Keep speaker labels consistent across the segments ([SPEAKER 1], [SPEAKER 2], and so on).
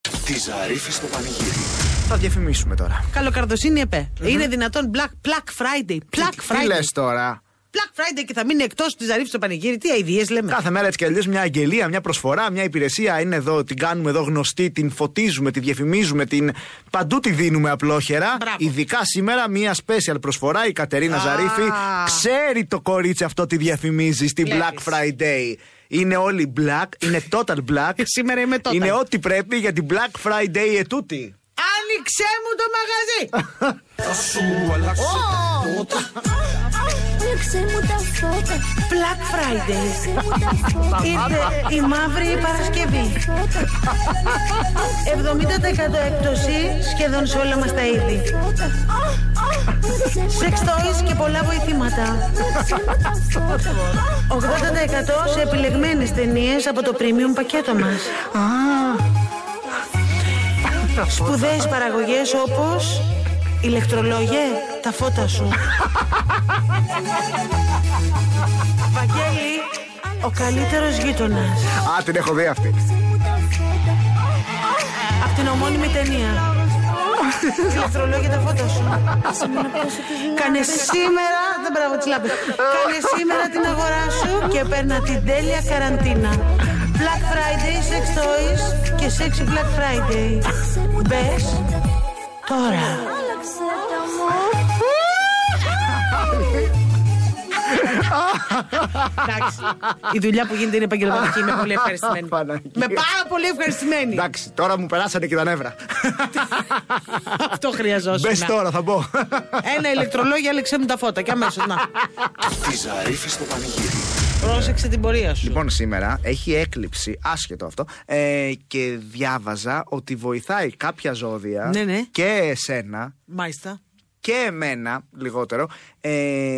[SPEAKER 1] Τη Ζαρίφη στο πανηγύρι.
[SPEAKER 2] Θα διαφημίσουμε τώρα.
[SPEAKER 3] Καλοκαρδοσύνη ΕΠΕ. Είναι δυνατόν Black, Black Friday. Black
[SPEAKER 2] Τι λες
[SPEAKER 3] Friday.
[SPEAKER 2] τώρα.
[SPEAKER 3] Black Friday και θα μείνει εκτός της Ζαρίφης στο πανηγύρι. Τι αειδίε λέμε.
[SPEAKER 2] Κάθε μέρα έτσι κι αλλιώς μια αγγελία, μια προσφορά, μια υπηρεσία είναι εδώ, την κάνουμε εδώ γνωστή, την φωτίζουμε, τη διαφημίζουμε, την παντού τη δίνουμε απλόχερα.
[SPEAKER 3] Μπράβο.
[SPEAKER 2] Ειδικά σήμερα μια special προσφορά, η Κατερίνα
[SPEAKER 3] Α.
[SPEAKER 2] Ζαρίφη ξέρει το κορίτσι αυτό τη διαφημίζει στην
[SPEAKER 3] Βλέπεις.
[SPEAKER 2] Black Friday. Είναι όλοι black, είναι total black.
[SPEAKER 3] Σήμερα είμαι total.
[SPEAKER 2] Είναι ό,τι πρέπει για την Black Friday ετούτη.
[SPEAKER 3] Άνοιξε μου το μαγαζί!
[SPEAKER 4] Άνοιξε μου τα φώτα.
[SPEAKER 3] Black Friday.
[SPEAKER 4] Άνοιξε μου τα φώτα.
[SPEAKER 3] Ήρθε η μαύρη Παρασκευή.
[SPEAKER 4] Φώτα,
[SPEAKER 3] 70% έκπτωση σχεδόν σε όλα μας τα είδη.
[SPEAKER 4] φώτα.
[SPEAKER 3] Σεξ toys και πολλά βοηθήματα.
[SPEAKER 4] Άνοιξε μου τα φώτα.
[SPEAKER 3] 80% σε επιλεγμένες ταινίες από το premium πακέτο μας. Σπουδαίες παραγωγές όπως... Ηλεκτρολόγε, τα φώτα σου. Βαγγέλη, ο καλύτερος γείτονας.
[SPEAKER 2] Α, την έχω δει αυτή.
[SPEAKER 4] Άνοιξε μου τα φώτα.
[SPEAKER 3] Απ' την ομώνυμη ταινία. Ηλεκτρολόγια τα φώτα σου. Κάνε σήμερα. Δεν μπράβο της λάμπης. Κάνε σήμερα την αγορά σου και παίρνα την τέλεια καραντίνα. Black Friday, Sex Toys και Sexy Black Friday. Μπες τώρα.
[SPEAKER 4] Άλλαξε τα μου.
[SPEAKER 3] Εντάξει. Η δουλειά που γίνεται είναι επαγγελματική. Είμαι πολύ ευχαριστημένη.
[SPEAKER 2] Παναγία.
[SPEAKER 3] Με πάρα πολύ ευχαριστημένη.
[SPEAKER 2] Εντάξει, τώρα μου περάσανε και τα νεύρα.
[SPEAKER 3] Αυτό χρειαζόσουν.
[SPEAKER 2] Μπες τώρα, θα μπω.
[SPEAKER 3] Ένα ηλεκτρολόγιο, έλεξε μου τα φώτα και αμέσως να.
[SPEAKER 1] Τη Ζαρίφη στο πανηγύρι.
[SPEAKER 3] Πρόσεξε την πορεία σου.
[SPEAKER 2] Λοιπόν, σήμερα έχει έκλειψη, άσχετο αυτό, ε, και διάβαζα ότι βοηθάει κάποια ζώδια
[SPEAKER 3] Ναι, ναι.
[SPEAKER 2] και εσένα
[SPEAKER 3] Μάλιστα.
[SPEAKER 2] και εμένα λιγότερο ε,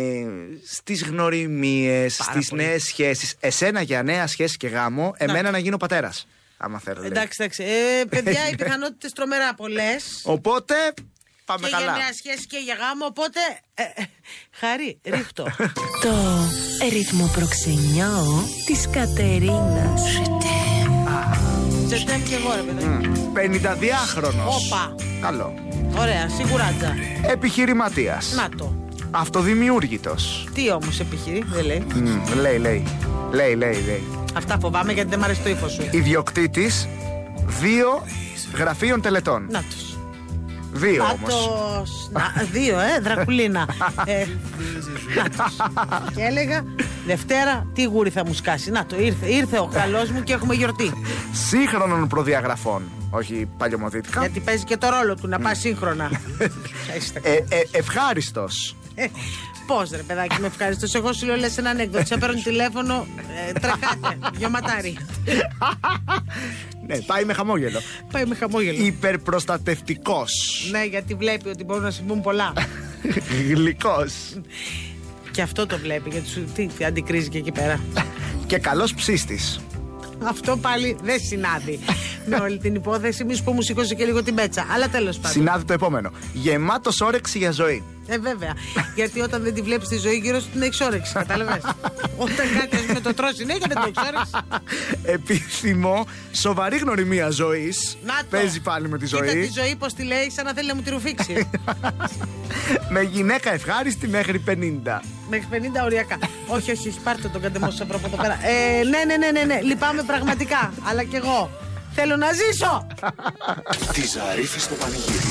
[SPEAKER 2] στις γνωριμίες,
[SPEAKER 3] Πάρα
[SPEAKER 2] στις
[SPEAKER 3] πολύ.
[SPEAKER 2] νέες σχέσεις. Εσένα για νέα σχέση και γάμο, εμένα να γίνω πατέρας, άμα θέλω. δηλαδή. λέει.
[SPEAKER 3] Εντάξει, εντάξει. Ε, παιδιά, οι πιθανότητες τρομερά πολλές.
[SPEAKER 2] Οπότε
[SPEAKER 3] Και
[SPEAKER 2] πάμε καλά.
[SPEAKER 3] για μια σχέση και για γάμο, οπότε. ε, ε, χαρή, ρίχτω.
[SPEAKER 5] Το ρυθμοπροξενιό της Κατερίνας.
[SPEAKER 3] Σε τέμ και εγώ, ρε
[SPEAKER 2] Mm.
[SPEAKER 3] παιδί.
[SPEAKER 2] 52χρονος.
[SPEAKER 3] Όπα.
[SPEAKER 2] Καλό.
[SPEAKER 3] Ωραία, σιγουράτζα.
[SPEAKER 2] Επιχειρηματίας.
[SPEAKER 3] Να το.
[SPEAKER 2] Αυτοδημιούργητος.
[SPEAKER 3] Τι όμως επιχειρεί, δεν λέει.
[SPEAKER 2] Μμ, λέει, λέει. Λέει, λέει, λέει.
[SPEAKER 3] Αυτά φοβάμαι γιατί δεν μ' αρέσει το ύφος σου.
[SPEAKER 2] ιδιοκτήτης δύο γραφείων τελετών.
[SPEAKER 3] Να τους.
[SPEAKER 2] Δύο όμω.
[SPEAKER 3] Πάτος. Να, δύο, ε, Δρακουλίνα. ε, να τους. Και έλεγα, Δευτέρα, τι γούρι θα μου σκάσει. Να το, ήρθε, ήρθε ο καλός μου και έχουμε γιορτή.
[SPEAKER 2] Σύγχρονων προδιαγραφών. Όχι παλιωμοδίτικα.
[SPEAKER 3] Γιατί παίζει και το ρόλο του να πας σύγχρονα.
[SPEAKER 2] Ε, ε, Ευχάριστος.
[SPEAKER 3] Πώς ρε παιδάκι, με ευχαριστώς. Εγώ σου λέω λες ένα ανέκδοτο. Σε παίρνω τηλέφωνο, ε, τρεχάτε. Γιωματάρι.
[SPEAKER 2] Ναι, πάει με χαμόγελο.
[SPEAKER 3] Πάει με χαμόγελο.
[SPEAKER 2] Υπερπροστατευτικός.
[SPEAKER 3] Ναι, γιατί βλέπει ότι μπορούν να συμβούν πολλά.
[SPEAKER 2] Γλυκός.
[SPEAKER 3] Και αυτό το βλέπει, γιατί σου τι, τι αντικρίζει και εκεί πέρα.
[SPEAKER 2] Και καλός ψήστη.
[SPEAKER 3] Αυτό πάλι δεν συνάδει με όλη την υπόθεση. Μη σου πω μου σήκωσε και λίγο την πέτσα. Αλλά τέλος πάντων.
[SPEAKER 2] Συνάδει το επόμενο. Γεμάτος όρεξη για ζωή.
[SPEAKER 3] Ε, βέβαια. Γιατί όταν δεν τη βλέπεις τη ζωή γύρω σου την έχεις όρεξη. Κατάλαβες. όταν κάτι ας πούμε, το τρώσει συνέχεια δεν το ξέρεις.
[SPEAKER 2] Επιθυμώ σοβαρή γνωριμία ζωής.
[SPEAKER 3] Να το.
[SPEAKER 2] Παίζει πάλι με τη
[SPEAKER 3] Κοίτα τη
[SPEAKER 2] ζωή.
[SPEAKER 3] ζωή, πώς τη λέει, σαν να θέλει να μου τη ρουφήξει.
[SPEAKER 2] με γυναίκα ευχάριστη μέχρι 50.
[SPEAKER 3] Μέχρι 50 οριακά. όχι, όχι, όχι, πάρτε τον καντεμό σας από εδώ πέρα. Ε, ναι, ναι, ναι, ναι, ναι, λυπάμαι πραγματικά. Αλλά κι εγώ. Θέλω να ζήσω!
[SPEAKER 1] Τη Ζαρίφη στο πανηγύρι.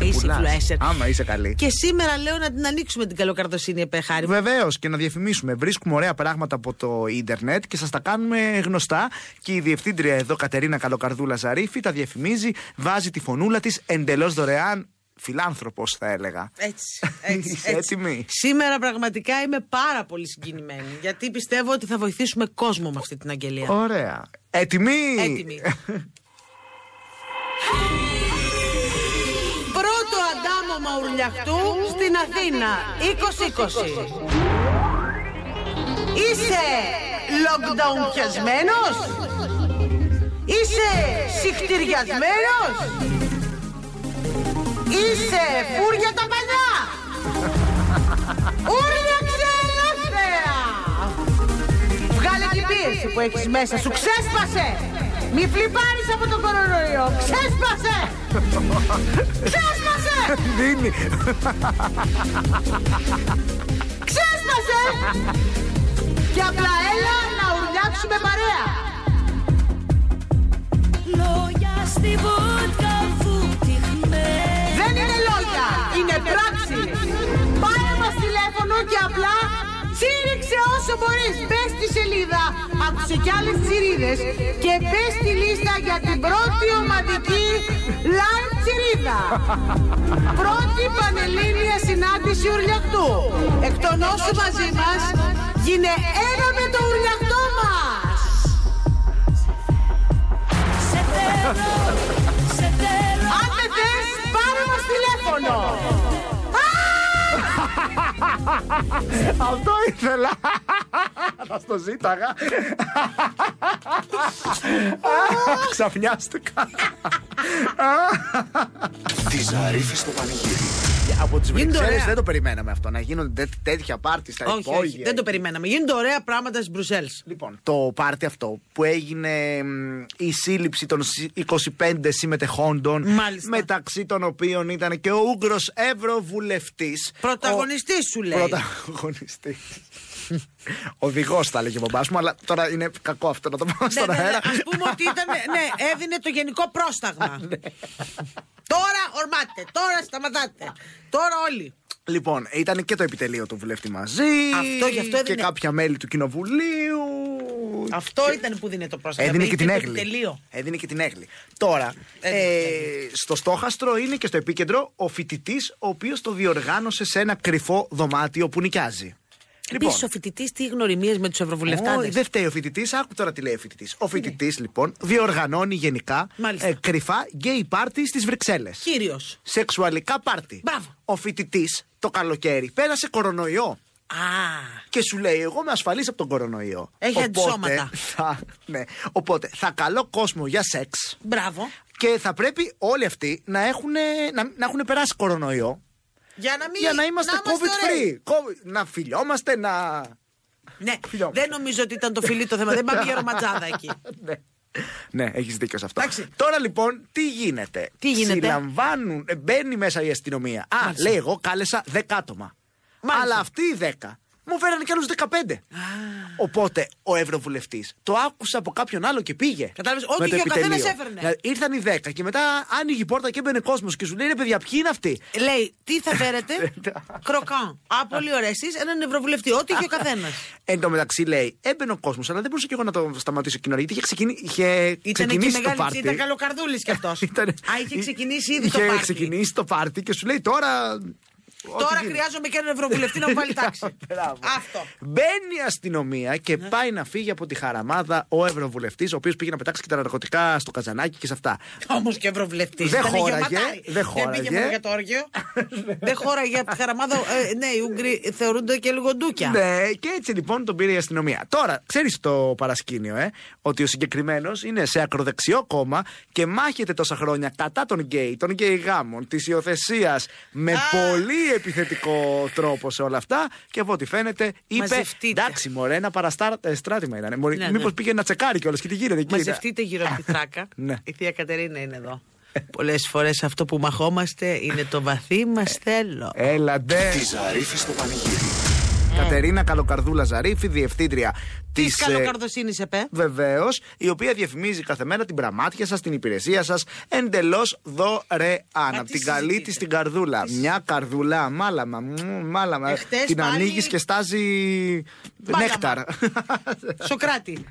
[SPEAKER 3] Είσαι
[SPEAKER 2] Πουλάς.
[SPEAKER 3] influencer.
[SPEAKER 2] Άμα είσαι καλή.
[SPEAKER 3] Και σήμερα λέω να την ανοίξουμε την καλοκαρδοσύνη, επέχάρη.
[SPEAKER 2] Βεβαίως και να διαφημίσουμε. Βρίσκουμε ωραία πράγματα από το ίντερνετ και σας τα κάνουμε γνωστά. Και η διευθύντρια εδώ, Κατερίνα Καλοκαρδούλα Ζαρίφη, τα διαφημίζει, βάζει τη φωνούλα της εντελώς δωρεάν. Φιλάνθρωπος, θα έλεγα.
[SPEAKER 3] Έτσι, έτσι,
[SPEAKER 2] Είσαι
[SPEAKER 3] έτσι.
[SPEAKER 2] έτοιμη?
[SPEAKER 3] Σήμερα πραγματικά είμαι πάρα πολύ συγκινημένη. Γιατί πιστεύω ότι θα βοηθήσουμε κόσμο με αυτή την αγγελία.
[SPEAKER 2] Ωραία. Έτοιμη!
[SPEAKER 3] Έτοιμη. Πρώτο αντάμο μαουρλιαχτού στην Αθήνα 2020. Είσαι lockdown πιασμένος? Είσαι συχτηριασμένος? Είσαι φούρια τα παλιά? Ούρλιαξε ελεύθερα! Βγάλε την πίεση που έχεις μέσα σου, ξέσπασε! Μη φλιπάρεις από τον κορονοϊό, ξέσπασε! Ξέσπασε!
[SPEAKER 2] Δίνει.
[SPEAKER 3] Ξέσπασε! Και απλά έλα να ουρλιάξουμε παρέα.
[SPEAKER 6] Λόγια στη βότκα βουτυχμένα
[SPEAKER 3] Δεν είναι λόγια, είναι πράξη. Πάρε μας τηλέφωνο και απλά τσίριξε όσο μπορείς. Πες τη σελίδα, άκουσε κι άλλες τσιρίδες και πες τη λίστα για την πρώτη ομαδική live τσιρίδα. πρώτη πανελλήνια συνάντηση ουρλιακτού. Εκ των όσων μαζί μας γίνε ένα με το ουρλιακτό μας.
[SPEAKER 6] Σε θέλω, σε θέλω
[SPEAKER 3] Αν δεν θες, πάρε μας τηλέφωνο.
[SPEAKER 2] Αυτό ήθελα. Θα στο ζήταγα. Ξαφνιάστηκα.
[SPEAKER 1] Τη Ζαρίφη στο πανηγύρι.
[SPEAKER 2] Από τις
[SPEAKER 3] Γίνεται
[SPEAKER 2] Βρυξέλλες
[SPEAKER 3] ωραία.
[SPEAKER 2] δεν το περιμέναμε αυτό. Να γίνονται τέ- τέτοια πάρτι στα
[SPEAKER 3] Όχι,
[SPEAKER 2] υπόγεια.
[SPEAKER 3] όχι, δεν το περιμέναμε. Γίνονται ωραία πράγματα στις Μπρουσέλ.
[SPEAKER 2] Λοιπόν, το πάρτι αυτό που έγινε μ, η σύλληψη των συ- 25 συμμετεχόντων,
[SPEAKER 3] Μάλιστα.
[SPEAKER 2] μεταξύ των οποίων ήταν και ο Ούγγρος Ευρωβουλευτής.
[SPEAKER 3] Πρωταγωνιστής σου λέει.
[SPEAKER 2] Πρωταγωνιστής. Οδηγός θα έλεγε ο μπαμπάς μου, αλλά τώρα είναι κακό αυτό να το πω
[SPEAKER 3] Ναι,
[SPEAKER 2] στον
[SPEAKER 3] ναι, ναι.
[SPEAKER 2] αέρα.
[SPEAKER 3] Ας πούμε ότι ήταν, ναι, έδινε το γενικό πρόσταγμα.
[SPEAKER 2] Ναι.
[SPEAKER 3] τώρα ορμάτε, τώρα σταματάτε. Τώρα όλοι.
[SPEAKER 2] Λοιπόν, ήταν και το επιτελείο του βουλευτή μαζί.
[SPEAKER 3] Αυτό, γι' αυτό
[SPEAKER 2] Και
[SPEAKER 3] έδινε-
[SPEAKER 2] κάποια μέλη του κοινοβουλίου.
[SPEAKER 3] Αυτό ήταν που δίνει το Δηλαδή, πρόσταγμα.
[SPEAKER 2] Έδινε και
[SPEAKER 3] Πήγε
[SPEAKER 2] την
[SPEAKER 3] το
[SPEAKER 2] έγκλη. Λοιπόν.
[SPEAKER 3] επιτελείο.
[SPEAKER 2] Έδινε και την έγκλη. Τώρα, ε, στο στόχαστρο είναι και στο επίκεντρο ο φοιτητής, ο οποίος το διοργάνωσε σε ένα κρυφό δωμάτιο που νοικιάζει.
[SPEAKER 5] Επίσης, ο φοιτητής τι γνωριμίες με τους
[SPEAKER 2] Ω,
[SPEAKER 5] ευρωβουλευτάδε.
[SPEAKER 2] δεν φταίει ο φοιτητής. Άκου τώρα τι λέει ο φοιτητής. Ο φοιτητής, λοιπόν, διοργανώνει γενικά ε,
[SPEAKER 3] Μάλιστα.
[SPEAKER 2] κρυφά γκέι πάρτι στις Βρυξέλλες.
[SPEAKER 3] Κύριος.
[SPEAKER 2] Σεξουαλικά πάρτι.
[SPEAKER 3] Μπράβο.
[SPEAKER 2] Ο φοιτητής το καλοκαίρι πέρασε κορονοϊό.
[SPEAKER 3] Α,
[SPEAKER 2] Και σου λέει, εγώ είμαι ασφαλής από τον κορονοϊό.
[SPEAKER 3] Έχει
[SPEAKER 2] Οπότε
[SPEAKER 3] αντισώματα.
[SPEAKER 2] Θα, ναι. Οπότε θα καλώ κόσμο για σεξ
[SPEAKER 3] μπράβο.
[SPEAKER 2] και θα πρέπει όλοι αυτοί να έχουν, να, να έχουνε περάσει κορονοϊό
[SPEAKER 3] Για να, μην...
[SPEAKER 2] για να είμαστε COVID
[SPEAKER 3] ωραίοι.
[SPEAKER 2] free. COVID- Να φιλιόμαστε, να.
[SPEAKER 3] Ναι,
[SPEAKER 2] Φιλιό.
[SPEAKER 3] δεν νομίζω ότι ήταν το φιλί το θέμα. δεν πάμε για ρομαντζάδα εκεί.
[SPEAKER 2] ναι. Ναι, έχεις δίκιο σε αυτό.
[SPEAKER 3] Εντάξει.
[SPEAKER 2] Τώρα λοιπόν, τι γίνεται.
[SPEAKER 5] Τι γίνεται?
[SPEAKER 2] Συλλαμβάνουν, ε, μπαίνει μέσα η αστυνομία. Α, λέει εγώ κάλεσα 10 άτομα. Αλλά αυτοί οι 10 μου φέρανε κι άλλους 15. Οπότε ο Ευρωβουλευτής το άκουσε από κάποιον άλλο και πήγε.
[SPEAKER 3] Κατάλαβες,
[SPEAKER 2] Με
[SPEAKER 3] ό,τι
[SPEAKER 2] το
[SPEAKER 3] και ο καθένας
[SPEAKER 2] επιτελείο.
[SPEAKER 3] έφερνε.
[SPEAKER 2] Δηλαδή, Ήρθαν οι 10 και μετά άνοιγε η πόρτα και έμπαινε κόσμος και σου λέει ρε παιδιά, ποιοι είναι αυτοί.
[SPEAKER 3] Λέει, τι θα φέρετε, κροκάν. Α, πολύ ωραία. Εσείς έναν ευρωβουλευτή, ό,τι και ο καθένας.
[SPEAKER 2] Εν τω μεταξύ λέει, έμπαινε ο κόσμος, αλλά δεν μπορούσα και εγώ να το σταματήσω εκείνο. Γιατί είχε, ξεκινήσει- είχε
[SPEAKER 3] Ήταν και
[SPEAKER 2] ξεκινήσει το
[SPEAKER 3] μεγάλη
[SPEAKER 2] πάρτι.
[SPEAKER 3] ήταν καλοκαρδούλης κι αυτός.
[SPEAKER 2] Ήτανε-
[SPEAKER 3] Α, είχε ξεκινήσει ήδη
[SPEAKER 2] είχε
[SPEAKER 3] το πάρτι.
[SPEAKER 2] ξεκινήσει το πάρτι και σου λέει τώρα.
[SPEAKER 3] Τώρα χρειάζομαι και έναν ευρωβουλευτή να μου βάλει τάξη. Αυτό.
[SPEAKER 2] Μπαίνει η αστυνομία και
[SPEAKER 3] Ναι.
[SPEAKER 2] πάει να φύγει από τη χαραμάδα ο Ευρωβουλευτής, ο οποίος πήγε να πετάξει και τα ναρκωτικά στο καζανάκι και σε αυτά.
[SPEAKER 3] Όμως και ευρωβουλευτής.
[SPEAKER 2] Δεν χώραγε, δεν χώραγε. Ναι.
[SPEAKER 3] πήγε μόνο για το όργιο. δεν χώραγε από τη χαραμάδα. ε, ναι, οι Ούγγροι θεωρούνται και λίγο ντούκια.
[SPEAKER 2] Ναι, και έτσι λοιπόν τον πήρε η αστυνομία. Τώρα, ξέρεις το παρασκήνιο, ε, ότι ο συγκεκριμένος είναι σε ακροδεξιό κόμμα και μάχεται τόσα χρόνια κατά των γκέι, των γκέι γάμων, της υιοθεσίας με πολύ επιθετικό τρόπο σε όλα αυτά. Και από ό,τι φαίνεται είπε.
[SPEAKER 3] Μαζευτείτε.
[SPEAKER 2] Εντάξει, μωρέ, ένα παραστράτημα ήταν. Μήπω
[SPEAKER 3] Ναι, ναι.
[SPEAKER 2] πήγε να τσεκάρει κιόλας και τι γίνεται εκεί.
[SPEAKER 3] Μαζευτείτε γύρω από τη Θράκα.
[SPEAKER 2] Ναι.
[SPEAKER 3] Η θεία Κατερίνα είναι εδώ. Πολλές φορές αυτό που μαχόμαστε είναι το βαθύ μας θέλω.
[SPEAKER 2] Έλα, ντε.
[SPEAKER 1] Τη Ζαρίφη στο πανηγύρι.
[SPEAKER 2] Κατερίνα Καλοκαρδούλα Ζαρίφη, διευθύντρια ε, τη.
[SPEAKER 3] Τη καλοκαρδοσύνη, επέ.
[SPEAKER 2] Βεβαίως, η οποία διαφημίζει κάθε μέρα την πραμάτια σας, την υπηρεσία σας εντελώς δωρεάν.
[SPEAKER 3] τι
[SPEAKER 2] Από την καλή
[SPEAKER 3] συζητείτε.
[SPEAKER 2] τη την καρδούλα. Μια καρδούλα, μάλαμα, μμμ, μάλαμα.
[SPEAKER 3] Εχθές
[SPEAKER 2] την
[SPEAKER 3] πάλι-
[SPEAKER 2] ανοίγεις και στάζει
[SPEAKER 3] Μάλαμα.
[SPEAKER 2] νέκταρ.
[SPEAKER 3] Σοκράτη.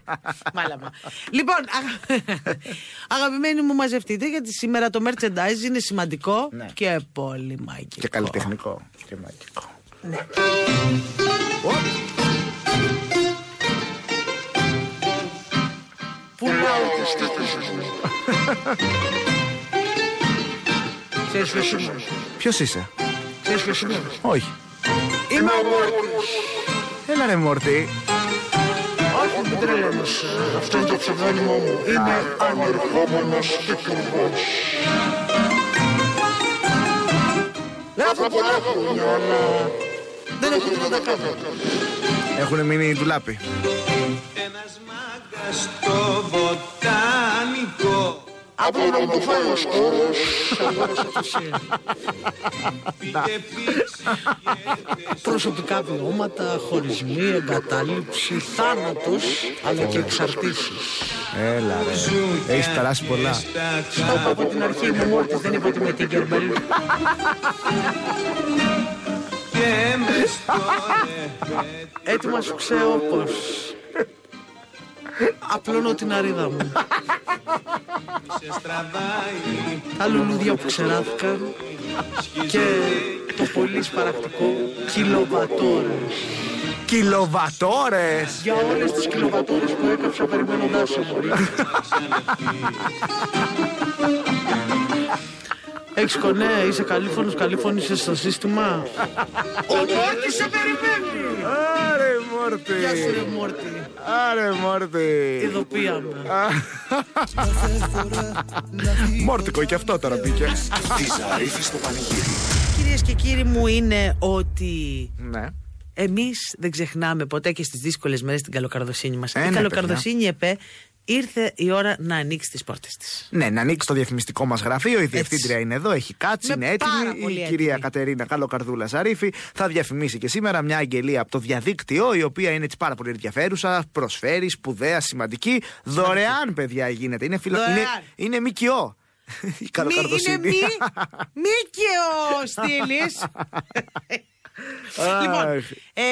[SPEAKER 3] Μάλαμα. λοιπόν, α- αγαπημένοι μου, μαζευτείτε γιατί σήμερα το merchandise είναι σημαντικό
[SPEAKER 2] Ναι.
[SPEAKER 3] και πολύ μαγικό.
[SPEAKER 2] και καλλιτεχνικό. Και μαγικό.
[SPEAKER 3] Πουλάω το Ξέρεις ποιος είμαι.
[SPEAKER 2] Ποιος είσαι,
[SPEAKER 3] Ξέρεις ποιος είμαι.
[SPEAKER 2] Όχι.
[SPEAKER 3] Είμαι ο Μόρτης.
[SPEAKER 2] Έλα ρε Μόρτι.
[SPEAKER 7] Όχι, μην τρελαίνεσαι. Αυτό είναι το ψευδόνιμο μου. Είμαι ανερχόμενος κυκλουργός. Αυτά πολλά χρόνια, αλλά
[SPEAKER 3] Δεν έχω
[SPEAKER 7] δεν τα κάνω.
[SPEAKER 2] Έχουν μείνει ντουλάπι.
[SPEAKER 8] Ένας μάγκας στο βοτάνικο
[SPEAKER 7] από τον ομοφαίος χώρος
[SPEAKER 8] Προσωπικά βιώματα, χωρισμοί, εγκατάλειψη, θάνατος, αλλά και εξαρτήσεις.
[SPEAKER 2] Έλα ρε. Έχεις περάσει πολλά.
[SPEAKER 8] Το είπα από την αρχή μου, Μόρτης δεν είπα ότι με την Κέρμπελ. Έτοιμα σου ξέρω πως. Απλώνω την αρίδα μου. Τα λουλούδια που ξεράθηκαν και το πολύ σπαρακτικό κιλοβατόρες.
[SPEAKER 2] Κιλοβατόρες.
[SPEAKER 8] Για όλες τις κιλοβατόρες που έκαψα περιμένοντάς σε μωρή. Έχεις κονέ, είσαι καλύφωνος, καλύφωνος είσαι στο σύστημα. Ο Μόρτης σε περιμένει.
[SPEAKER 2] Άρε Μόρτι.
[SPEAKER 8] Γεια σου ρε Μόρτη,
[SPEAKER 2] Άρε Μόρτι.
[SPEAKER 8] ειδοποίησα με.
[SPEAKER 2] Μόρτικο και αυτό τώρα μπήκε.
[SPEAKER 9] Τη Ζαρίφη στο πανηγύρι.
[SPEAKER 3] Κυρίες και κύριοι μου, είναι ότι
[SPEAKER 2] ναι.
[SPEAKER 3] εμείς δεν ξεχνάμε ποτέ και στις δύσκολες μέρες την καλοκαρδοσύνη μας.
[SPEAKER 2] Ε,
[SPEAKER 3] η
[SPEAKER 2] ναι,
[SPEAKER 3] καλοκαρδοσύνη ΕΠΕ ήρθε η ώρα να ανοίξει τις πόρτες της.
[SPEAKER 2] Ναι, να ανοίξει το διαφημιστικό μας γραφείο. Η διευθύντρια είναι εδώ, έχει κάτσει,
[SPEAKER 3] Είμαι
[SPEAKER 2] είναι
[SPEAKER 3] πάρα
[SPEAKER 2] έτοιμη.
[SPEAKER 3] πολύ
[SPEAKER 2] Η
[SPEAKER 3] έτοιμη.
[SPEAKER 2] κυρία Κατερίνα Καλοκαρδούλα Σαρίφη θα διαφημίσει και σήμερα μια αγγελία από το διαδίκτυο, η οποία είναι έτσι πάρα πολύ ενδιαφέρουσα, προσφέρει, σπουδαία, σημαντική. Δωρεάν, παιδιά, γίνεται. Είναι, φιλο...
[SPEAKER 3] Δωρεάν.
[SPEAKER 2] είναι, είναι μικιό. Η
[SPEAKER 3] Μη είναι
[SPEAKER 2] καλοκαρδοσύνη.
[SPEAKER 3] μη, μη και ο Στήλης. λοιπόν,
[SPEAKER 2] Αχ.
[SPEAKER 3] ε,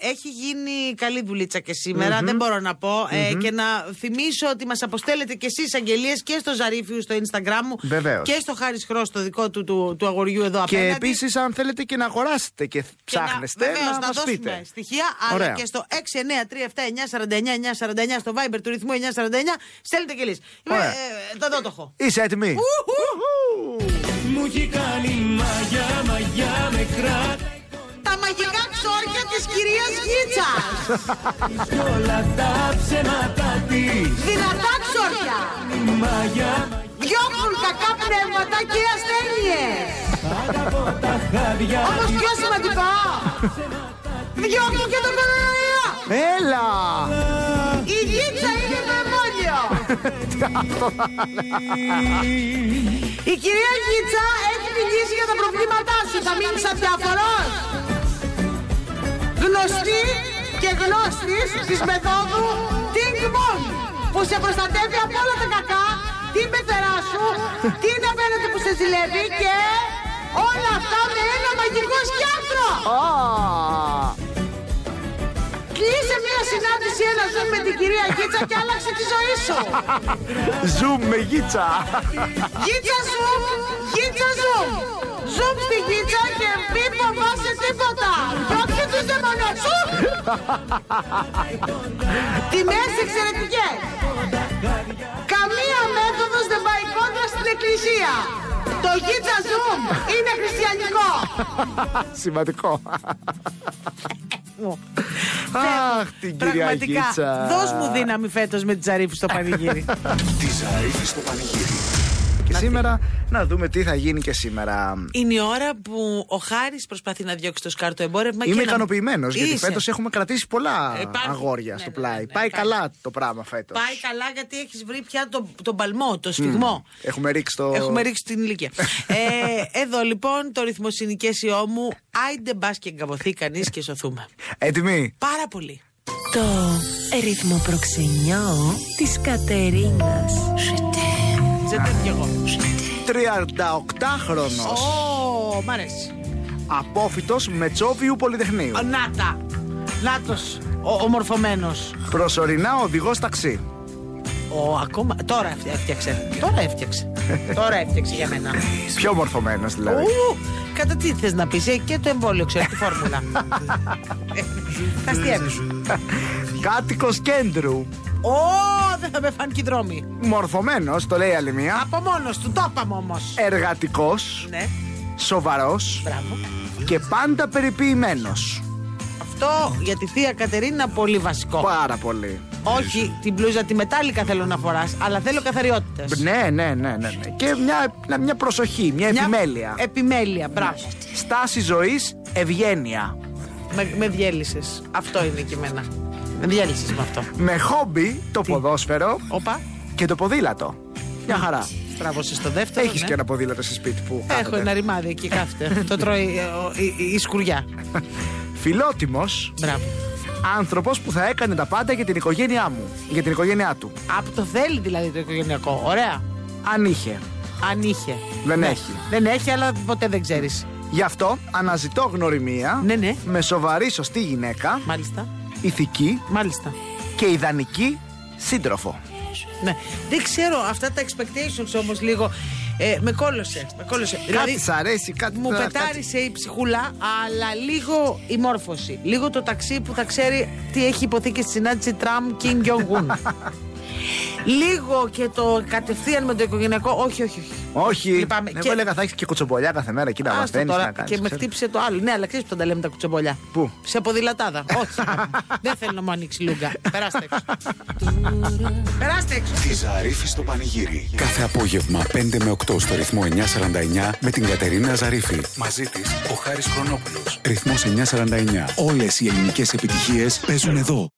[SPEAKER 3] έχει γίνει καλή δουλίτσα και σημερα δεν μπορώ να πω. Ε, και να θυμίσω ότι μας αποστέλλετε και εσείς αγγελίες και στο Ζαρίφιου στο Instagram μου
[SPEAKER 2] Βεβαίως.
[SPEAKER 3] και στο Χάρης Χρός το δικό του, του, του αγοριού εδώ
[SPEAKER 2] Και
[SPEAKER 3] απέναντι.
[SPEAKER 2] επίσης, αν θέλετε και να αγοράσετε και,
[SPEAKER 3] Και να-
[SPEAKER 2] ψάχνεστε,
[SPEAKER 3] βεβαίως,
[SPEAKER 2] να, μας
[SPEAKER 3] δώσουμε
[SPEAKER 2] πείτε.
[SPEAKER 3] στοιχεία,
[SPEAKER 2] Ωραία.
[SPEAKER 3] αλλά και στο 69379949949 στο Viber του ρυθμού 949 στέλνετε και λύσεις. Είμαι,
[SPEAKER 2] Ωραία.
[SPEAKER 3] ε, τα δότοχο.
[SPEAKER 2] Είσαι έτοιμη.
[SPEAKER 6] Μου έχει κάνει μαγιά, μαγιά με κράτα
[SPEAKER 3] Τα μαγικά ξόρια της κυρίας Γίτσας.
[SPEAKER 6] Κι όλα τα ψέματα της
[SPEAKER 3] Δυνατά ξόρια!
[SPEAKER 6] Μαγιά,
[SPEAKER 3] Διώχνουν κακά πνεύματα και ασθένειες!
[SPEAKER 6] αγαπώ τα χάδια
[SPEAKER 3] Όμως πιο σημαντικά! Διώχνουν και τον κορονοϊό!
[SPEAKER 2] Έλα!
[SPEAKER 3] Η γίτσα είναι το εμβόλιο! Η κυρία Γίτσα έχει μιλήσει για τα προβλήματά σου. Θα μείνεις αδιαφορός! Γνωστή και γνώστης της μεθόδου Think Bomb που σε προστατεύει από όλα τα κακά, την πεθερά σου, την απέναντι που σε ζηλεύει και όλα αυτά με ένα μαγικό σκιάχτρο! Κλείσε μια συνάντηση ένα Zoom με την κυρία Γίτσα και άλλαξε τη ζωή σου.
[SPEAKER 2] Zoom με γίτσα.
[SPEAKER 3] Γίτσα Zoom, Γίτσα Zoom. Zoom στη Γίτσα και μην φοβάσαι τίποτα. Πρόκειται τους δαιμονές σου. Τιμές εξαιρετικές. Καμία μέθοδος δεν πάει κόντρα στην εκκλησία. Το Γίτσα Zoom είναι χριστιανικό.
[SPEAKER 2] Σημαντικό. Αχ, την κυρία Γίτσα.
[SPEAKER 3] δύναμη φέτος με τις αρίφους στο πανηγύρι.
[SPEAKER 9] Τη Ζαρίφη στο πανηγύρι.
[SPEAKER 2] Και σήμερα να δούμε τι θα γίνει και σήμερα.
[SPEAKER 3] Είναι η ώρα που ο Χάρης προσπαθεί να διώξει το σκάρτο εμπόρευμα.
[SPEAKER 2] Είμαι
[SPEAKER 3] και να-
[SPEAKER 2] ικανοποιημένος γιατί
[SPEAKER 3] Είσαι.
[SPEAKER 2] φέτος έχουμε κρατήσει πολλά
[SPEAKER 3] Υπάρχει-
[SPEAKER 2] αγόρια
[SPEAKER 3] ναι,
[SPEAKER 2] στο
[SPEAKER 3] ναι,
[SPEAKER 2] πλάι.
[SPEAKER 3] ναι, ναι,
[SPEAKER 2] Πάει
[SPEAKER 3] υπάρχει.
[SPEAKER 2] καλά το πράγμα φέτος.
[SPEAKER 3] Πάει καλά γιατί έχεις βρει πια τον, τον παλμό, τον σφιγμό.
[SPEAKER 2] Έχουμε ρίξει το.
[SPEAKER 3] Έχουμε ρίξει την ηλικία. ε, εδώ λοιπόν το ρυθμό συνοικέσιό μου. Άιντε μπας και εγκαβωθεί κανείς και σωθούμε.
[SPEAKER 2] Έτοιμοι.
[SPEAKER 3] Πάρα πολύ.
[SPEAKER 10] Το ρυθμό προξενιό της Κατερίνας.
[SPEAKER 2] 38χρονο.
[SPEAKER 3] Ω, μ' αρέσει.
[SPEAKER 2] Απόφυτος Μετσόβιου Πολυτεχνείου.
[SPEAKER 3] Ο, Νάτα. Νάτος. Ο, ομορφωμένος.
[SPEAKER 2] Προσωρινά οδηγός ταξί.
[SPEAKER 3] Ο, ακόμα. Τώρα έφτια- έφτιαξε. Τώρα έφτιαξε. Τώρα έφτιαξε για μένα.
[SPEAKER 2] Πιο μορφωμένο δηλαδή.
[SPEAKER 3] Ου, κατά τι θες να πεις, και το εμβόλιο ξέρεις τη φόρμουλα. Θα στιέψει.
[SPEAKER 2] Κάτοικος κέντρου.
[SPEAKER 3] Ω, δεν θα με φάνηκε η δρόμη.
[SPEAKER 2] Μορφωμένος, το λέει άλλη μία.
[SPEAKER 3] Από μόνος του, το είπαμε όμως.
[SPEAKER 2] Εργατικός,
[SPEAKER 3] Ναι,
[SPEAKER 2] σοβαρός
[SPEAKER 3] μπράβο.
[SPEAKER 2] και πάντα περιποιημένος.
[SPEAKER 3] Αυτό για τη θεία Κατερίνα πολύ βασικό.
[SPEAKER 2] Πάρα πολύ.
[SPEAKER 3] Όχι, την πλούζα τη μετάλλικα θέλω να φοράς, αλλά θέλω καθαριότητες.
[SPEAKER 2] Ναι, ναι, ναι, ναι. ναι. Και μια, μια προσοχή, μια, επιμέλεια.
[SPEAKER 3] Ε. Επιμέλεια, μπράβο.
[SPEAKER 2] Στάση ζωής, ευγένεια.
[SPEAKER 3] Με, με διέλυσες. Αυτό είναι και εμένα. Με διέλυσε με αυτό.
[SPEAKER 2] Με χόμπι το ποδόσφαιρο
[SPEAKER 3] Όπα.
[SPEAKER 2] και το ποδήλατο. Μια χαρά.
[SPEAKER 3] Στραβώσει στο δεύτερο.
[SPEAKER 2] Έχεις
[SPEAKER 3] ναι.
[SPEAKER 2] και ένα ποδήλατο στο σπίτι που.
[SPEAKER 3] Έχω ναι. ένα ρημάδι εκεί, κάθεται. το τρώει ε, ο- η, η- η σκουριά.
[SPEAKER 2] Φιλότιμος
[SPEAKER 3] Μπράβο.
[SPEAKER 2] άνθρωπος που θα έκανε τα πάντα για την οικογένειά μου. Για την οικογένειά του.
[SPEAKER 3] Από το θέλει δηλαδή το οικογενειακό. Ωραία.
[SPEAKER 2] Αν είχε.
[SPEAKER 3] Αν είχε.
[SPEAKER 2] Δεν έχει.
[SPEAKER 3] Δεν έχει, αλλά ποτέ δεν ξέρεις.
[SPEAKER 2] Γι' αυτό αναζητώ γνωριμία
[SPEAKER 3] Ναι, ναι.
[SPEAKER 2] με σοβαρή σωστή γυναίκα,
[SPEAKER 3] Μάλιστα.
[SPEAKER 2] ηθική
[SPEAKER 3] Μάλιστα.
[SPEAKER 2] και ιδανική σύντροφο.
[SPEAKER 3] Ναι. Δεν ξέρω αυτά τα expectations όμως λίγο. Ε, με κόλωσε. Με Δηλαδή, κόλωσε.
[SPEAKER 2] κάτι σ' αρέσει, κάτι
[SPEAKER 3] μου
[SPEAKER 2] θα- κάτι-
[SPEAKER 3] πετάρισε η ψυχούλα, αλλά λίγο η μόρφωση. Λίγο το ταξί που θα ξέρει τι έχει υποθεί και στη συνάντηση Τραμ Κιν Γκιονγκούν. λίγο και το κατευθείαν με το οικογενειακό. Όχι, όχι, όχι.
[SPEAKER 2] Όχι.
[SPEAKER 3] Λυπάμαι.
[SPEAKER 2] Εγώ
[SPEAKER 3] Και-
[SPEAKER 2] έλεγα θα έχεις και κουτσομπολιά κάθε μέρα εκεί να
[SPEAKER 3] Άστο
[SPEAKER 2] μαθαίνεις.
[SPEAKER 3] τώρα
[SPEAKER 2] να κάνεις,
[SPEAKER 3] και με
[SPEAKER 2] ξέρεις.
[SPEAKER 3] χτύπησε το άλλο. Ναι, αλλά ξέρεις που θα τα λέμε τα κουτσομπολιά.
[SPEAKER 2] Πού?
[SPEAKER 3] Σε ποδηλατάδα. Όχι. Δεν θέλω να μου ανοίξει λούγκα. Περάστε έξω. Περάστε έξω.
[SPEAKER 1] Τη Ζαρίφη στο πανηγύρι. Κάθε απόγευμα 5 με 8 στο ρυθμό 949 με την Κατερίνα Ζαρίφη. Μαζί της ο Χάρης Χρονόπουλος. Ρυθμός 949. Όλες οι ελληνικές επιτυχίες παίζουν εδώ.